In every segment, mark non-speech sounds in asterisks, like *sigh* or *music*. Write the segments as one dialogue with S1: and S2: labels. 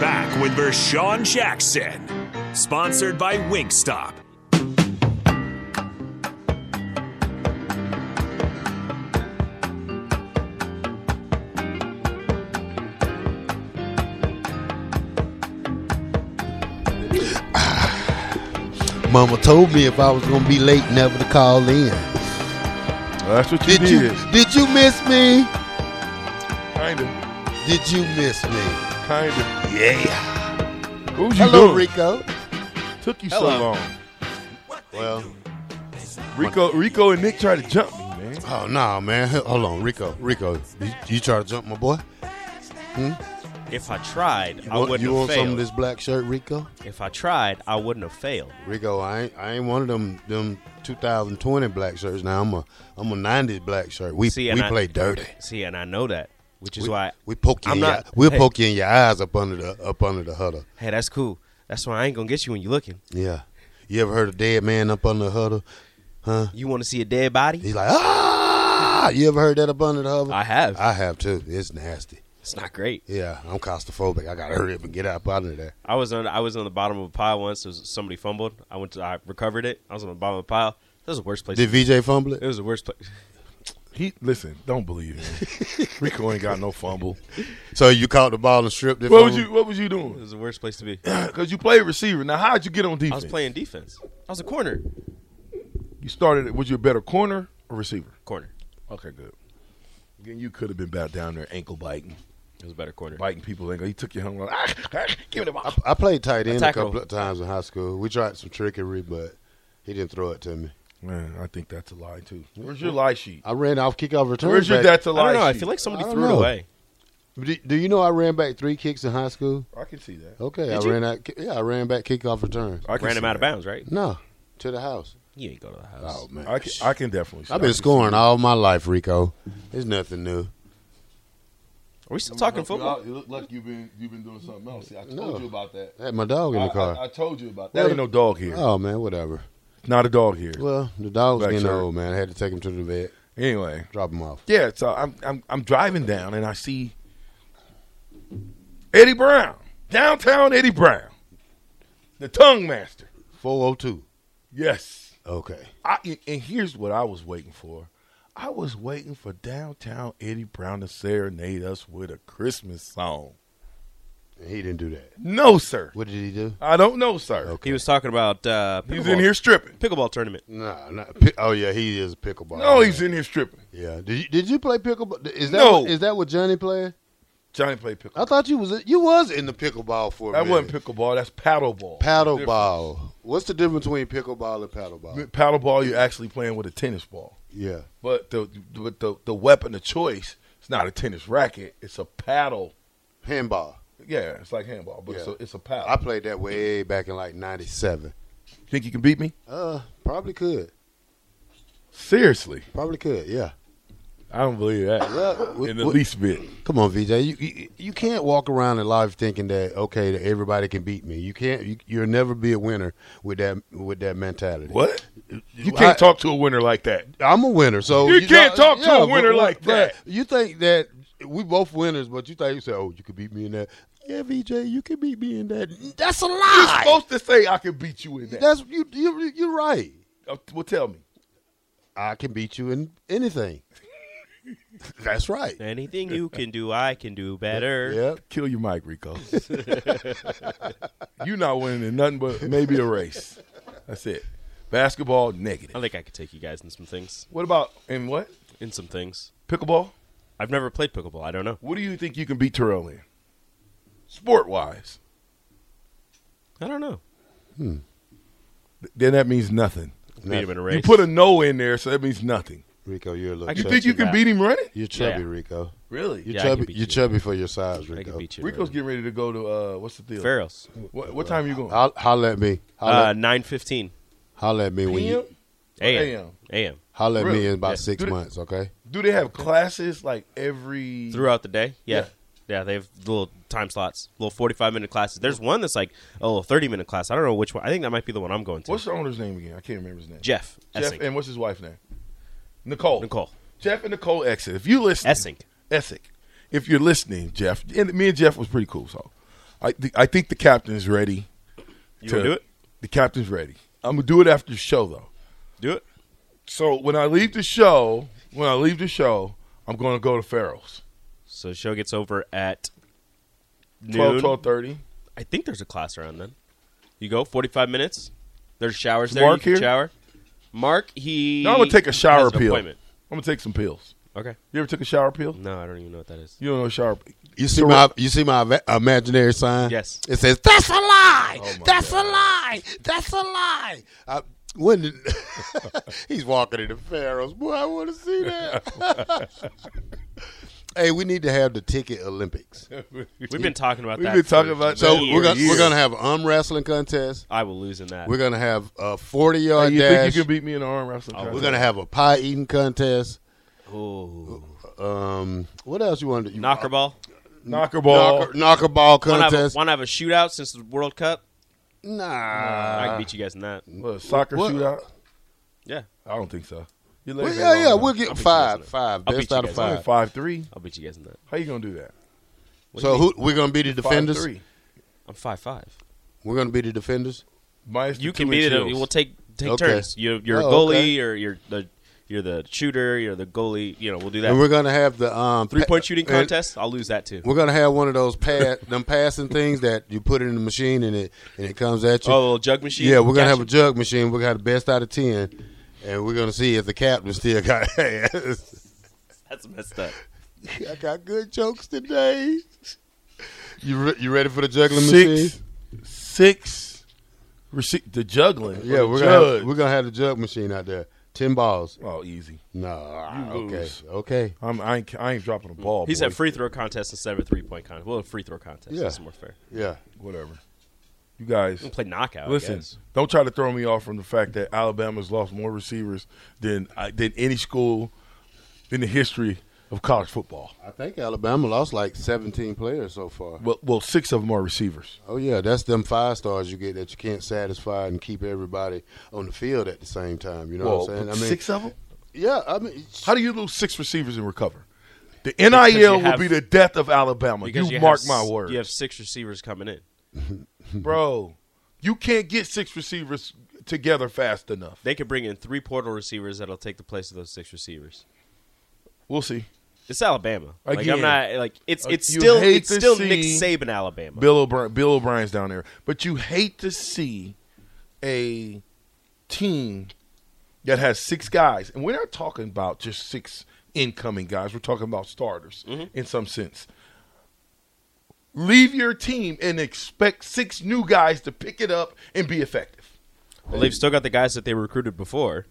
S1: back with Vershawn Jackson, sponsored by Winkstop.
S2: Mama told me if I was gonna be late, never to call in.
S3: That's what you
S2: Did
S3: did.
S2: you did you miss me?
S3: Kinda,
S2: Did you miss me?
S3: kinda.
S2: Yeah.
S3: What was you
S2: Hello,
S3: doing?
S2: Rico.
S3: Took you so
S2: Hello.
S3: long.
S2: Well,
S3: Rico, Rico, and Nick tried to jump me, man.
S2: oh no, man. H- Hold on, Rico. Rico, you, you try to jump my boy?
S4: If I tried,
S2: You
S4: I
S2: want,
S4: wouldn't
S2: you
S4: have
S2: want
S4: failed.
S2: some of this black shirt, Rico?
S4: If I tried, I wouldn't have failed.
S2: Rico, I ain't, I ain't one of them them 2020 black shirts. Now I'm a I'm a 90s black shirt. We
S4: See, and
S2: we
S4: I-
S2: play dirty.
S4: See, and I know that, which is
S2: We,
S4: why.
S2: we poke you
S4: I'm
S2: in
S4: not-
S2: your, we'll
S4: hey.
S2: poke you in your eyes up under the up under the huddle.
S4: Hey, that's cool. That's why I ain't gonna get you when you're looking.
S2: Yeah. You ever heard a dead man up under the huddle? Huh?
S4: You want to see a dead body?
S2: He's like, ah! You ever heard that up under the huddle?
S4: I have.
S2: I have too. It's nasty.
S4: It's not great.
S2: Yeah, I'm claustrophobic. I gotta hurry up and get out out of there.
S4: I was on. I was on the bottom of a pile once. It was, somebody fumbled. I went to. I recovered it. I was on the bottom of a pile. That was the worst place.
S2: Did VJ fumble
S4: it
S2: it?
S4: was the worst place.
S3: He listen, don't believe
S4: *laughs*
S3: him. Rico ain't got no fumble.
S2: So you caught the ball and stripped it.
S3: What
S2: from
S3: was
S2: him?
S3: you What was you
S4: It
S3: doing? *clears throat*
S4: was the worst place to be.
S3: Because you played receiver. Now, how'd you get on defense?
S4: I was playing defense. I was a corner.
S3: You started. Was you a better corner or receiver?
S4: Corner.
S3: Okay, good. Again, you could have been back down there, ankle biting,
S4: It was a better corner.
S3: biting people. Ankle. He took your home. Like, ah, ah, give me the ball.
S2: I played tight end a
S4: Attack
S2: couple
S4: roll.
S2: of times in high school. We tried some trickery, but he didn't throw it to me.
S3: Man, I think that's a lie too. Where's your lie sheet?
S2: I ran off kickoff return.
S3: Where's your
S2: back-
S3: that's a
S4: I don't
S3: lie
S4: know. I
S3: sheet?
S4: feel like somebody
S2: I don't
S4: threw it
S2: know.
S4: away.
S2: Do, do you know I ran back three kicks in high school?
S3: I can see that.
S2: Okay,
S4: Did
S2: I
S4: you?
S2: ran out. Yeah, I ran back kickoff return.
S3: I can
S4: Ran him
S3: see
S4: out of
S3: that.
S4: bounds, right?
S2: No, to the house.
S4: You ain't go to the house.
S2: Oh man,
S3: I can, I can definitely. See
S2: I've been scoring all my life, Rico. It's nothing new.
S4: Are we still talking football?
S3: You look like you've been you've been doing something else. See, I told
S2: No.
S3: you about that.
S2: I had my dog in the car.
S3: told you about
S2: that.
S3: There ain't no dog here.
S2: Oh man, whatever.
S3: Not a dog here.
S2: Well, the dog's
S3: Back
S2: getting
S3: to her.
S2: old, man. I had to take him to the vet,
S3: Anyway,
S2: drop him off.
S3: yeah. So I'm I'm I'm driving down and I see Eddie Brown downtown. Eddie Brown, the tongue master.
S2: Four oh two.
S3: Yes.
S2: Okay.
S3: I and- and here's what I was waiting for. I was waiting for downtown Eddie Brown to serenade us with a Christmas song.
S2: And he didn't do that.
S3: No, sir.
S2: What did he do?
S3: I don't know, sir.
S4: He was talking about uh,
S3: He's
S4: pickleball-
S3: in here stripping.
S4: pickleball tournament.
S2: Nah, not pi- oh yeah, he is a pickleball.
S3: No,
S2: man.
S3: he's in here stripping.
S2: Yeah. Did you did you play pickleball? Is that
S3: No.
S2: what, is that what Johnny played?
S3: Johnny played pickleball.
S2: I thought you was you was in the pickleball for a
S3: That
S2: minute.
S3: wasn't pickleball. That's paddle ball.
S2: paddle ball. What's the difference between pickleball and paddle ball?
S3: Paddle ball, you're actually playing with a tennis ball.
S2: Yeah.
S3: But the but the, the weapon of choice, it's not a tennis racket. It's a paddle.
S2: Handball.
S3: Yeah, it's like handball, but it's, a,
S2: Yeah.
S3: it's a paddle.
S2: I played that way back in like '97.
S3: think you can beat me?
S2: Uh, probably could.
S3: Seriously,
S2: Probably could. Yeah.
S3: I don't believe that
S2: Well, we-
S3: in the
S2: we-
S3: least bit.
S2: Come on, VJ. You, you you can't walk around in life thinking that okay that everybody can beat me. You can't. You, you'll never be a winner with that with that mentality.
S3: What? You
S2: I-
S3: can't talk to a winner like that.
S2: I'm a winner, so
S3: You can't talk to a
S2: but-
S3: winner
S2: but-
S3: like that.
S2: but You think that we both winners, but you think you say, "Oh, you could beat me in that." Yeah, VJ, you could beat me in that. That's a
S3: You're
S2: lie.
S3: supposed to say I can beat you in that.
S2: That's you. You you're right.
S3: Uh, well, tell me.
S2: I can beat you in
S3: *laughs*
S2: anything. That's right.
S4: Anything you can do, I can do
S3: *laughs*
S4: better.
S2: Yeah.
S3: Kill your mic, Rico. *laughs* You're not winning in nothing but maybe a race. That's it. Basketball negative.
S4: I think I could take you guys in some things.
S3: What about in what?
S4: In some things.
S3: Pickleball?
S4: I've never played pickleball. I don't know.
S3: What do you think you can beat Terrell in? Sport wise.
S4: I don't know.
S3: Then that means nothing.
S4: Beat him in a race.
S3: You put a no in there, so that means nothing.
S2: Rico, you're a little.
S4: I
S3: You
S4: can
S2: chubby.
S3: think you can
S4: that.
S3: beat him running?
S2: You're chubby,
S4: Yeah.
S2: Rico.
S3: Really?
S2: You're
S4: Yeah, I can
S2: chubby.
S4: beat
S2: You're
S4: you.
S2: chubby for your size,
S4: I
S2: Rico.
S4: could beat you. in a
S3: Rico's
S4: race.
S3: getting ready to go to uh what's the deal?
S4: Farrell's.
S3: What, what time are you going?
S2: I'll, holler at me. Holler,
S4: Uh, nine fifteen
S2: holler at me when
S3: PM?
S2: you
S3: Oh,
S4: a.m. a.m.
S2: holler at me
S3: Really?
S2: in about
S4: Yeah.
S2: six
S3: Do the-
S2: months. Okay.
S3: Do they have classes like every
S4: throughout the day. Yeah.
S3: Yeah.
S4: yeah. they have little time slots, little 45 minute classes. There's one that's like, oh, 30 minute class. I don't know which one. I think that might be the one I'm going to.
S3: What's the owner's name again? I can't remember his name.
S4: Jeff
S3: Jeff
S4: Essing.
S3: and what's his wife's name? Nicole.
S4: Nicole.
S3: Jeff and Nicole Essing. If you listen
S4: Essing.
S3: Essing. If you're listening, Jeff, and me and Jeff was pretty cool, so I th- I think the captain's ready.
S4: You wanna do it?
S3: The captain's ready. I'm gonna do it after the show though.
S4: Do it.
S3: So when I leave the show, when I leave the show, I'm gonna go to Farrell's.
S4: So the show gets over at noon.
S3: 12, 12.30.
S4: I think there's a class around then. You go 45 minutes. There's showers
S3: Is
S4: there.
S3: Mark
S4: you can
S3: here?
S4: shower. Mark, he.
S3: No, I'm gonna take a shower
S4: has an
S3: pill. I'm
S4: appointment.
S3: gonna take some pills.
S4: Okay.
S3: You ever took a shower pill?
S4: No, I don't even know what that is.
S2: *laughs*
S3: You don't know a shower.
S2: You see my you see my va- imaginary sign.
S4: Yes.
S2: it says that's a lie. that's a lie. That's a lie. I, when did, *laughs* he's walking into Pharaohs, boy, I want to see that. hey, we need to have the ticket Olympics.
S4: We've been talking about
S3: We've
S4: that.
S3: been
S4: for
S3: talking about-
S2: So
S4: years.
S2: we're gonna, we're gonna have an arm wrestling contest.
S4: I will lose in that.
S2: We're gonna have a forty yard
S3: you
S2: dash.
S3: think you can beat me in an arm wrestling?
S4: Oh,
S2: we're
S3: contest?
S2: gonna have a pie eating contest.
S4: Ooh.
S2: Um, what else you want to do?
S4: Knocker ball.
S3: knocker ball.
S2: Knocker, knocker ball
S4: Want to have,
S2: contest.
S4: a- wanna have a shootout since the World Cup? I
S2: Nah.
S4: can beat you guys in that.
S3: What, soccer
S2: What-
S3: shootout?
S4: Yeah,
S3: I don't think so. You
S2: Well,
S3: legs
S2: yeah,
S3: ain't long
S2: yeah,
S3: enough.
S2: we'll get
S4: beat you
S2: five,
S4: guys.
S2: five,
S4: I'll
S2: best
S4: beat you
S2: out of
S4: guys. I'm
S3: Only
S2: five.
S3: five three.
S4: I'll beat you guys in that.
S3: How you gonna do that?
S4: What do
S2: So
S4: you mean?
S2: who we're gonna be the defenders?
S3: Five three.
S4: I'm five five.
S2: We're gonna be the defenders.
S3: Minus the
S4: You
S3: two
S4: can beat
S3: inch
S4: it.
S3: heels.
S4: We'll take take
S2: Okay.
S4: turns. You, you're a
S2: Oh,
S4: goalie,
S2: okay.
S4: or you're the you're the shooter, you're the goalie. You know, we'll do that.
S2: And we're gonna have the um,
S4: Three
S2: *laughs*
S4: point
S2: pa-
S4: shooting
S2: and
S4: contest. I'll lose that too.
S2: We're gonna have one of those pass them passing things that you put it in the machine and it and it comes at you.
S4: Oh, a little jug machine.
S2: yeah, we're gonna have
S4: Gotcha.
S2: a jug machine. We're gonna have the best out of ten, and we're gonna see if the captain still got. *laughs* Hey,
S4: That's messed up.
S2: *laughs* I got good jokes today. You re- you ready for the juggling machine?
S3: six, six. Rece- the juggling.
S2: Yeah,
S3: or the
S2: we're gonna,
S3: jug.
S2: have, we're gonna have the jug machine out there. Ten balls.
S3: Oh, easy.
S2: No,
S3: You
S2: okay,
S3: lose.
S2: okay.
S3: I'm, I, ain't, I ain't dropping a ball.
S4: He
S3: boy.
S4: said free throw contest instead of a three point contest. Well, a free throw contest.
S2: Yeah.
S4: That's more fair.
S2: Yeah,
S3: whatever. You
S4: We
S3: guys,
S4: can play knockout. I
S3: listen.
S4: guess.
S3: Don't try to throw me off from the fact that Alabama's lost more receivers than I, than any school in the history of college football.
S2: I think Alabama lost like seventeen players so far.
S3: Well, well, six of them are receivers.
S2: Oh yeah, that's them five stars you get that you can't satisfy and keep everybody on the field at the same time. You know
S3: Whoa,
S2: what I'm saying? I
S3: but
S2: mean,
S3: six of them.
S2: yeah, I mean,
S3: How do you lose six receivers and recover? The
S4: you
S3: NIL will
S4: have-
S3: be the death of Alabama. You,
S4: you
S3: mark
S4: have,
S3: my
S4: s-
S3: words,
S4: You have six receivers coming in.
S3: bro. You can't get six receivers together fast enough.
S4: They could bring in three portal receivers that'll take the place of those six receivers.
S3: We'll see.
S4: It's Alabama. Like
S3: Again. uh,
S4: I'm not like it's it's
S3: You
S4: still
S3: hate
S4: it's
S3: to
S4: still Nick
S3: see-
S4: Saban Alabama.
S3: Bill O'Brien, Bill O'Brien's down there, but you hate to see a team that has six guys, and we're not talking about just six incoming guys. We're talking about starters
S4: Mm-hmm.
S3: in some sense. Leave your team and expect six new guys to pick it up and be effective.
S4: Well, they've still got the guys that they recruited before.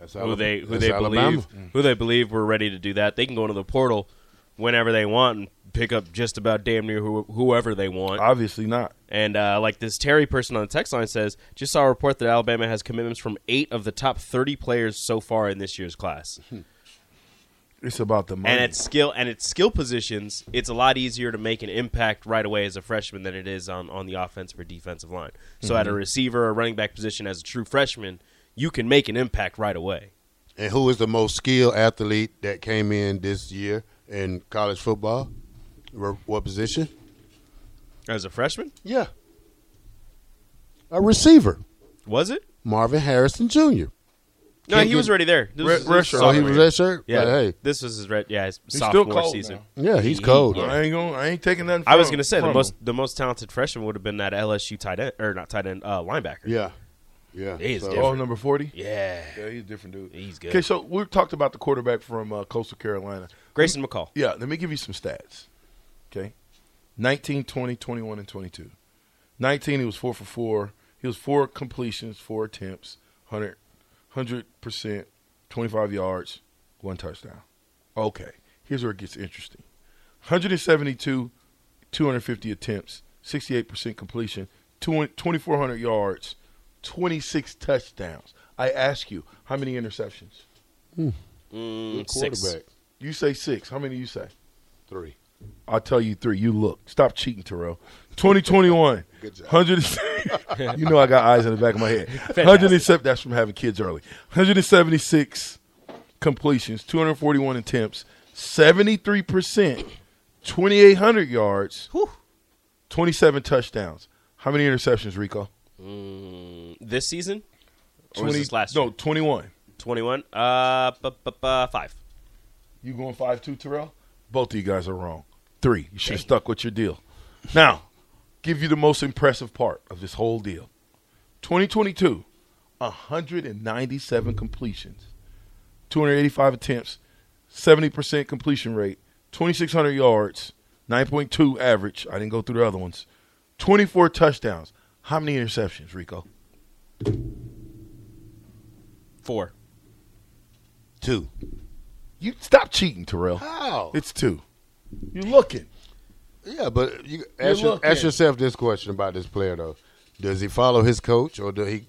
S2: that's
S4: who
S2: Alab-
S4: they who
S2: that's
S4: they
S2: Alabama.
S4: believe who they believe were ready to do that. They can go into the portal whenever they want and pick up just about damn near who, whoever they want.
S3: Obviously not.
S4: and uh, like this Terry person on the text line says, just saw a report that Alabama has commitments from eight of the top thirty players so far in this year's class.
S3: It's about the money.
S4: and at skill and at skill positions, it's a lot easier to make an impact right away as a freshman than it is on, on the offensive or defensive line. So at a receiver or running back position as a true freshman, you can make an impact right away.
S2: And who is the most skilled athlete that came in this year in college football? Re- what position?
S4: As a freshman,
S2: Yeah, a receiver,
S4: was it?
S2: Marvin Harrison Jr.
S4: No,
S2: Can't
S4: he
S2: get-
S4: was already there. This
S3: Re-
S4: was his
S3: redshirt.
S2: So
S4: sophomore
S2: Oh, he was
S4: year.
S2: that shirt.
S4: Yeah,
S2: But, hey,
S4: this was his red. Yeah, his
S3: He's still
S4: sophomore
S3: cold
S4: season.
S3: now.
S2: yeah, he's cold.
S3: I ain't going. I ain't taking nothing.
S4: I was
S3: from-
S4: gonna say the
S3: from
S4: most
S3: him.
S4: the most talented freshman would have been that LSU tight end or not tight end uh, linebacker.
S2: Yeah, yeah.
S4: He is
S2: So-
S4: different.
S3: Oh, number forty.
S4: yeah,
S3: Yeah, he's a different dude.
S4: he's
S3: Okay,
S4: good.
S3: so we talked about the quarterback from uh, Coastal Carolina.
S4: Grayson McCall.
S3: Yeah, let me give you some stats. Okay. 19, 20, 21, and 22. 19, he was 4 for 4. He was 4 completions, 4 attempts, 100, 100%, 25 yards, 1 touchdown. Okay. Here's where it gets interesting 172, 250 attempts, 68% completion, 20 2,400 yards, 26 touchdowns. I ask you, how many interceptions?
S4: Mm,
S2: Good
S4: six.
S2: quarterback.
S3: You say six. How many do you say?
S2: Three.
S3: I'll tell you three. You look. Stop cheating, Terrell. 2021.
S2: Good job.
S3: 100, *laughs* you know I got eyes in the back of my head. 107. That's from having kids early. 176 completions, 241 attempts, 73 percent, 2,800 yards, 27 touchdowns. How many interceptions, Rico?
S4: Mm, this season? Or was this last
S3: no, 21.
S4: 21? Uh, bu- bu- bu- five.
S3: You going 5 2, Terrell? Both of you guys are wrong. Three. You should have stuck with your deal. Now, give you the most impressive part of this whole deal 2022, 197 completions, 285 attempts, 70% completion rate, 2,600 yards, 9.2 average. I didn't go through the other ones. 24 touchdowns. How many interceptions, Rico?
S4: Four.
S2: Two.
S3: You stop cheating, Terrell.
S2: How?
S3: It's two. You looking?
S2: Yeah, but you ask,
S3: You're
S2: your- ask
S3: looking.
S2: yourself this question about this player though: Does he follow his coach, or does he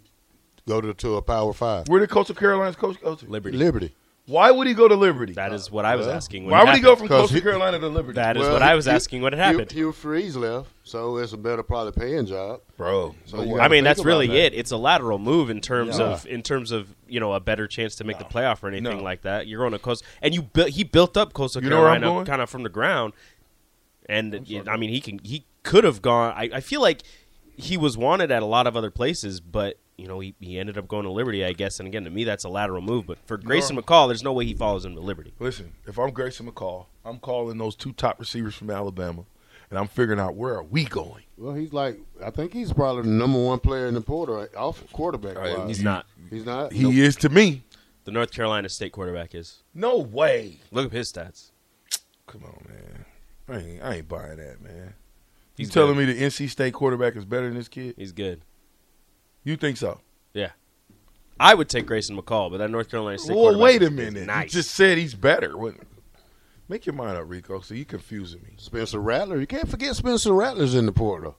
S2: go to, to a Power Five?
S3: Where did Coastal Carolina's coach go to?
S4: Liberty.
S2: Liberty.
S3: Why would he go to Liberty?
S4: That is what I was asking. When
S3: Why
S4: it
S3: would he go from
S4: happened.
S2: 'Cause
S3: Coastal
S2: he-
S3: Carolina to Liberty?
S4: That is what I was
S2: Hugh-
S4: asking when it
S2: Hugh-
S4: happened.
S2: Hugh Freeze left, so it's a better probably paying job.
S3: bro.
S2: So you
S4: I
S2: gotta
S4: mean,
S2: think
S4: that's
S2: about
S4: really
S2: that.
S4: it. It's a lateral move in terms
S2: Yeah.
S4: of in terms of you know a better chance to make the playoff or anything
S3: No.
S4: like that. You're going to coast, and you built. He built up Coastal
S3: You know where I'm
S4: Carolina
S3: going?
S4: kind of from the ground, and you- I mean, he can he could have gone. I, I feel like he was wanted at a lot of other places, but you know he, he ended up going to Liberty, I guess. And again, to me, that's a lateral move. But for Grayson McCall, there's no way he follows him to Liberty.
S3: Listen, if I'm Grayson McCall, I'm calling those two top receivers from Alabama, and I'm figuring out where are we going.
S2: Well, he's like I think he's probably the number one player in the Porter off quarterback.
S3: right,
S2: wise.
S4: He's not.
S2: He's not.
S3: He
S2: Nope.
S3: is to me.
S4: The North Carolina State quarterback is.
S3: No way.
S4: Look up his stats.
S3: Come on, man. I ain't, I ain't buying that, man.
S4: He's
S3: you telling me the NC State quarterback is better than this kid?
S4: He's good.
S3: You think so?
S4: Yeah. I would take Grayson McCall, but that North Carolina State.
S3: Well,
S4: quarterback
S3: wait a
S4: is
S3: minute.
S4: Nice.
S3: You just said he's better. What? Make your mind up, Rico. So you confusing me.
S2: Spencer Rattler. You can't forget Spencer Rattler's in the Porter.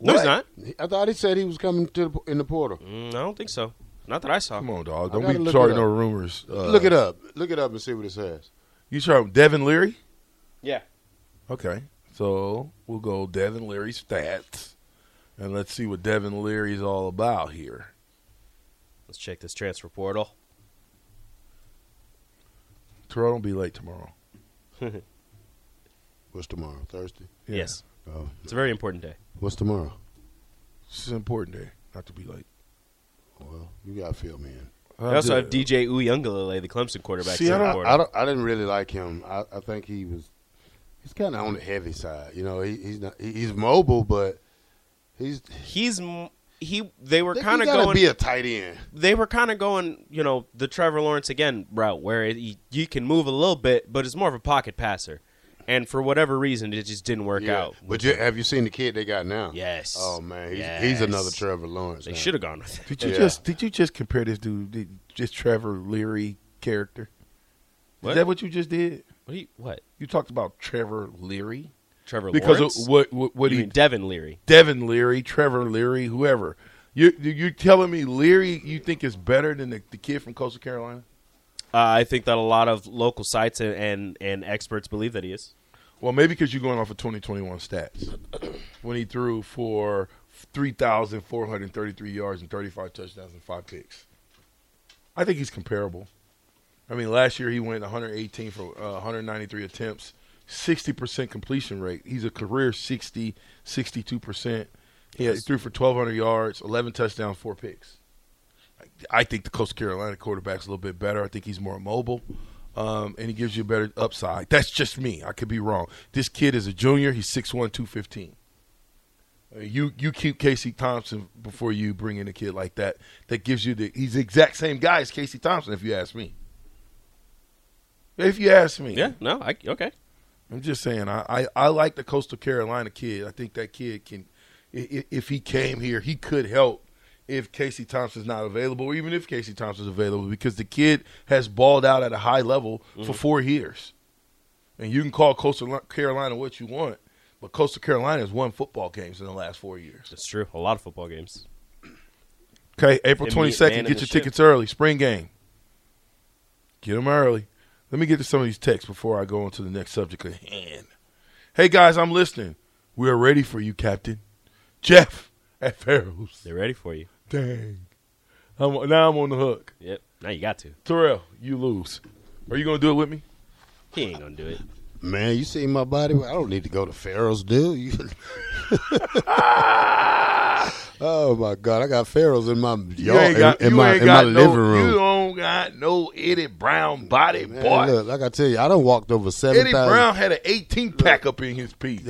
S4: no, he's
S3: What?
S4: not.
S2: He- I thought he said he was coming to the, in the Porter.
S4: Mm, I don't think so. Not that I saw.
S3: Come on, dog.
S2: I
S3: Don't
S2: gotta
S3: be
S2: look
S3: starting
S2: it
S3: no
S2: up.
S3: rumors. Uh,
S2: Look it up. Look it up and see what it says.
S3: You starting with Devin Leary?
S4: Yeah.
S3: Okay. So we'll go Devin Leary stats, and let's see what Devin Leary's all about here.
S4: Let's check this transfer portal.
S3: Terrell, don't be late tomorrow.
S2: What's tomorrow? Thursday.
S3: Yeah.
S4: Yes.
S2: Oh,
S4: It's a very important day.
S2: what's tomorrow?
S3: This is an important day, not to be late.
S2: Well, you got to fill me in.
S4: We also have DJ Uyunglele, the Clemson quarterback.
S3: See,
S4: in
S3: I
S4: the
S3: don't-
S4: portal.
S2: I, don't, I didn't really like him. I, I think he was he's kind of on the heavy side. You know, he, he's not he, he's mobile, but he's
S4: He's m- he. They were
S2: They-
S4: kind
S2: he
S4: of
S2: gotta
S4: going.
S2: be a tight end.
S4: they were kind of going, you know, the Trevor Lawrence again route where he, you can move a little bit, but it's more of a pocket passer. And for whatever reason, it just didn't work
S2: Yeah.
S4: out.
S2: But you, have you seen the kid they got now?
S4: Yes.
S2: Oh man, he's, he's
S4: Yes.
S2: another Trevor Lawrence.
S4: They
S2: now.
S3: uh,
S4: should have gone with it.
S3: Did you
S2: Yeah.
S3: just did you just compare this dude, did- just Trevor Leary character? Is
S4: What?
S3: that what you just did?
S4: What? do you- what?
S3: You talked about Trevor Leary
S4: Trevor
S3: because
S4: Lawrence?
S3: of what what, what
S4: you
S3: he
S4: mean Devin Leary?
S3: Devin Leary, Trevor Leary, whoever. You you- you're telling me Leary you think is better than the, the kid from Coastal Carolina?
S4: Uh, I think that a lot of local sites and, and, and experts believe that he is.
S3: Well, maybe because you're going off of 2021 stats *clears throat* when he threw for 3,433 yards and 35 touchdowns and five picks. I think he's comparable. I mean, last year he went 118 for uh, 193 attempts, 60% completion rate. He's a career 60, 62%. He, had, he threw for 1,200 yards, 11 touchdowns, four picks. I, I think the Coastal Carolina quarterback's a little bit better. I think he's more mobile, um, and he gives you a better upside. That's just me. I could be wrong. This kid is a junior. He's 6'1", 215. Uh, You you keep Casey Thompson before you bring in a kid like that. That gives you the he's the exact same guy as Casey Thompson. If you ask me, if you ask me,
S4: Yeah, no, I, okay.
S3: I'm just saying, I, I, I like the Coastal Carolina kid. I think that kid can, i- i- if he came here, he could help if Casey Thompson's not available, or even if Casey Thompson's available, because the kid has balled out at a high level for four years. And you can call Coastal Li- Carolina what you want, but Coastal Carolina has won football games in the last four years.
S4: That's true. A lot of football games.
S3: Okay, April
S4: Immediate
S3: twenty second.
S4: man in
S3: Get
S4: the
S3: your
S4: ship.
S3: tickets early. Spring game. Get them early. Let me get to some of these texts before I go on to the next subject at hand. Hey guys, I'm listening. We are ready for you, Captain Jeff *laughs* at Pharaoh's.
S4: They're ready for you.
S3: Dang, I'm, now I'm on the hook.
S4: Yep. Now you got to.
S3: Terrell, you lose. Are you gonna do it with me?
S4: He ain't gonna do it.
S2: Man, you see my body? I don't need to go to Pharaoh's, dude. You- *laughs* oh my God, I got Pharaohs in my
S3: you
S2: yard,
S3: ain't got,
S2: in, in
S3: you
S2: my
S3: ain't
S2: in my
S3: got
S2: living
S3: no,
S2: room.
S3: You don't got no Eddie Brown body,
S2: Man,
S3: boy.
S2: look, like I tell you, I done walked over seven
S3: Eddie
S2: thousand.
S3: Brown had an 18 pack up in his piece.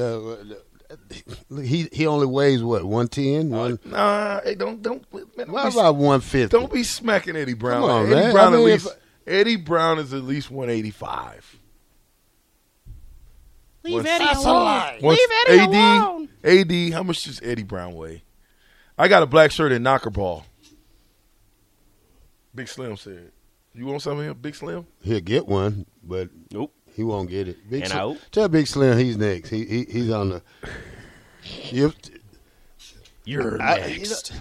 S2: he he only weighs what one ten?
S3: Uh,
S2: One.
S3: Nah, hey, don't don't man,
S2: Why
S3: don't, be,
S2: about one fifty?
S3: don't be smacking Eddie Brown.
S2: Come on,
S3: Eddie
S2: man.
S3: Brown
S2: I mean,
S3: at least
S2: if-
S3: Eddie Brown is at least 185.
S5: Leave
S3: What's-
S5: Eddie
S2: That's a
S5: alone.
S2: lie.
S5: Leave Eddie
S3: AD,
S5: alone.
S3: AD, how much does Eddie Brown weigh? I got a black shirt and knocker ball. Big Slim said, "You want something, here, Big Slim?"
S2: He'll get one, but
S4: Nope.
S2: he won't get it. Big
S4: And
S2: Slim-
S4: out.
S2: tell Big Slim he's next. He, he he's on the. Yep.
S4: You're
S2: I- you
S4: next.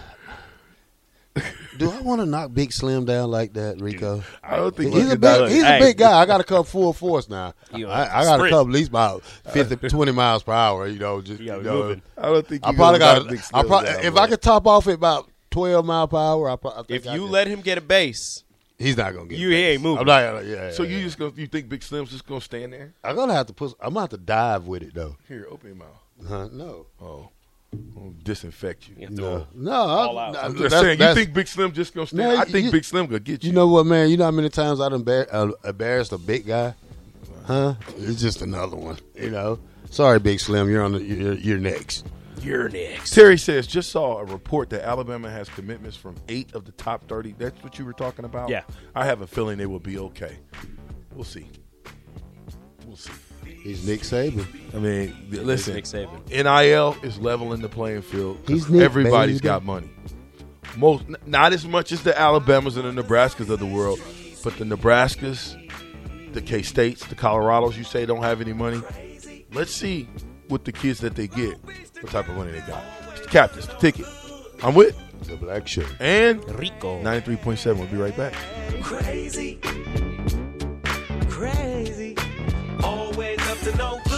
S2: do I want to knock Big Slim down like that, Rico?
S3: I don't think
S2: He's
S3: you
S2: a
S3: can
S2: big,
S3: knock-
S2: he's a
S4: Hey.
S2: big guy. I got to come full force now.
S4: Yo,
S2: I, I got to
S4: sprint.
S2: come at least about
S4: *laughs*
S2: 50, 20 miles per hour. You know, just
S4: Yo,
S2: you know,
S4: moving.
S3: I don't think
S2: I
S3: you
S2: probably
S3: can knock
S2: got.
S3: Big
S2: I
S3: Slim
S2: probably
S3: down,
S2: if
S3: bro.
S2: I could top off at about twelve mile per hour, I, pro- I think
S4: If
S2: I
S4: you
S2: could.
S4: let him get a base,
S2: he's not gonna get.
S4: you
S2: it.
S4: he ain't
S2: I'm
S4: moving.
S2: not. Yeah, yeah,
S3: So
S2: yeah,
S3: you
S2: yeah.
S3: just gonna you think Big Slim's just gonna stand there?
S2: I'm gonna have to push. I'm gonna have to dive with it though.
S3: Here, open your mouth.
S2: Huh? No.
S3: Oh, I'm gonna disinfect you.
S4: You have to
S2: No,
S4: roll.
S2: no,
S4: All
S2: I-
S4: out.
S2: no,
S3: I'm just
S2: that's-
S3: saying. You
S2: that's-
S3: think Big Slim just gonna stand?
S2: Man,
S3: I think
S2: you-
S3: Big Slim gonna get you.
S2: You know what, man? You know how many times I done embar- uh, embarrassed a big guy? Huh? It's just another one, you know. Sorry, Big Slim, you're on the you're, you're next.
S4: You're next.
S3: Terry says, just saw a report that Alabama has commitments from eight of the top 30. That's what you were talking about?
S4: Yeah.
S3: I have a feeling they will be okay. We'll see. We'll see.
S2: He's Nick Saban.
S3: I mean, th- listen,
S4: Nick Saban.
S3: NIL is leveling the playing field.
S2: He's
S3: Everybody's
S2: Nick, baby.
S3: got money. Most, n- Not as much as the Alabamas and the Nebraskas of the world, but the Nebraskas, the K States, the Colorados, you say don't have any money. Let's see what the kids that they get, what type of money they got. It's the cap, it's the ticket. I'm with.
S2: The black shirt.
S3: And
S4: Rico.
S3: 93.7. We'll be right back.
S6: crazy, crazy, always up to no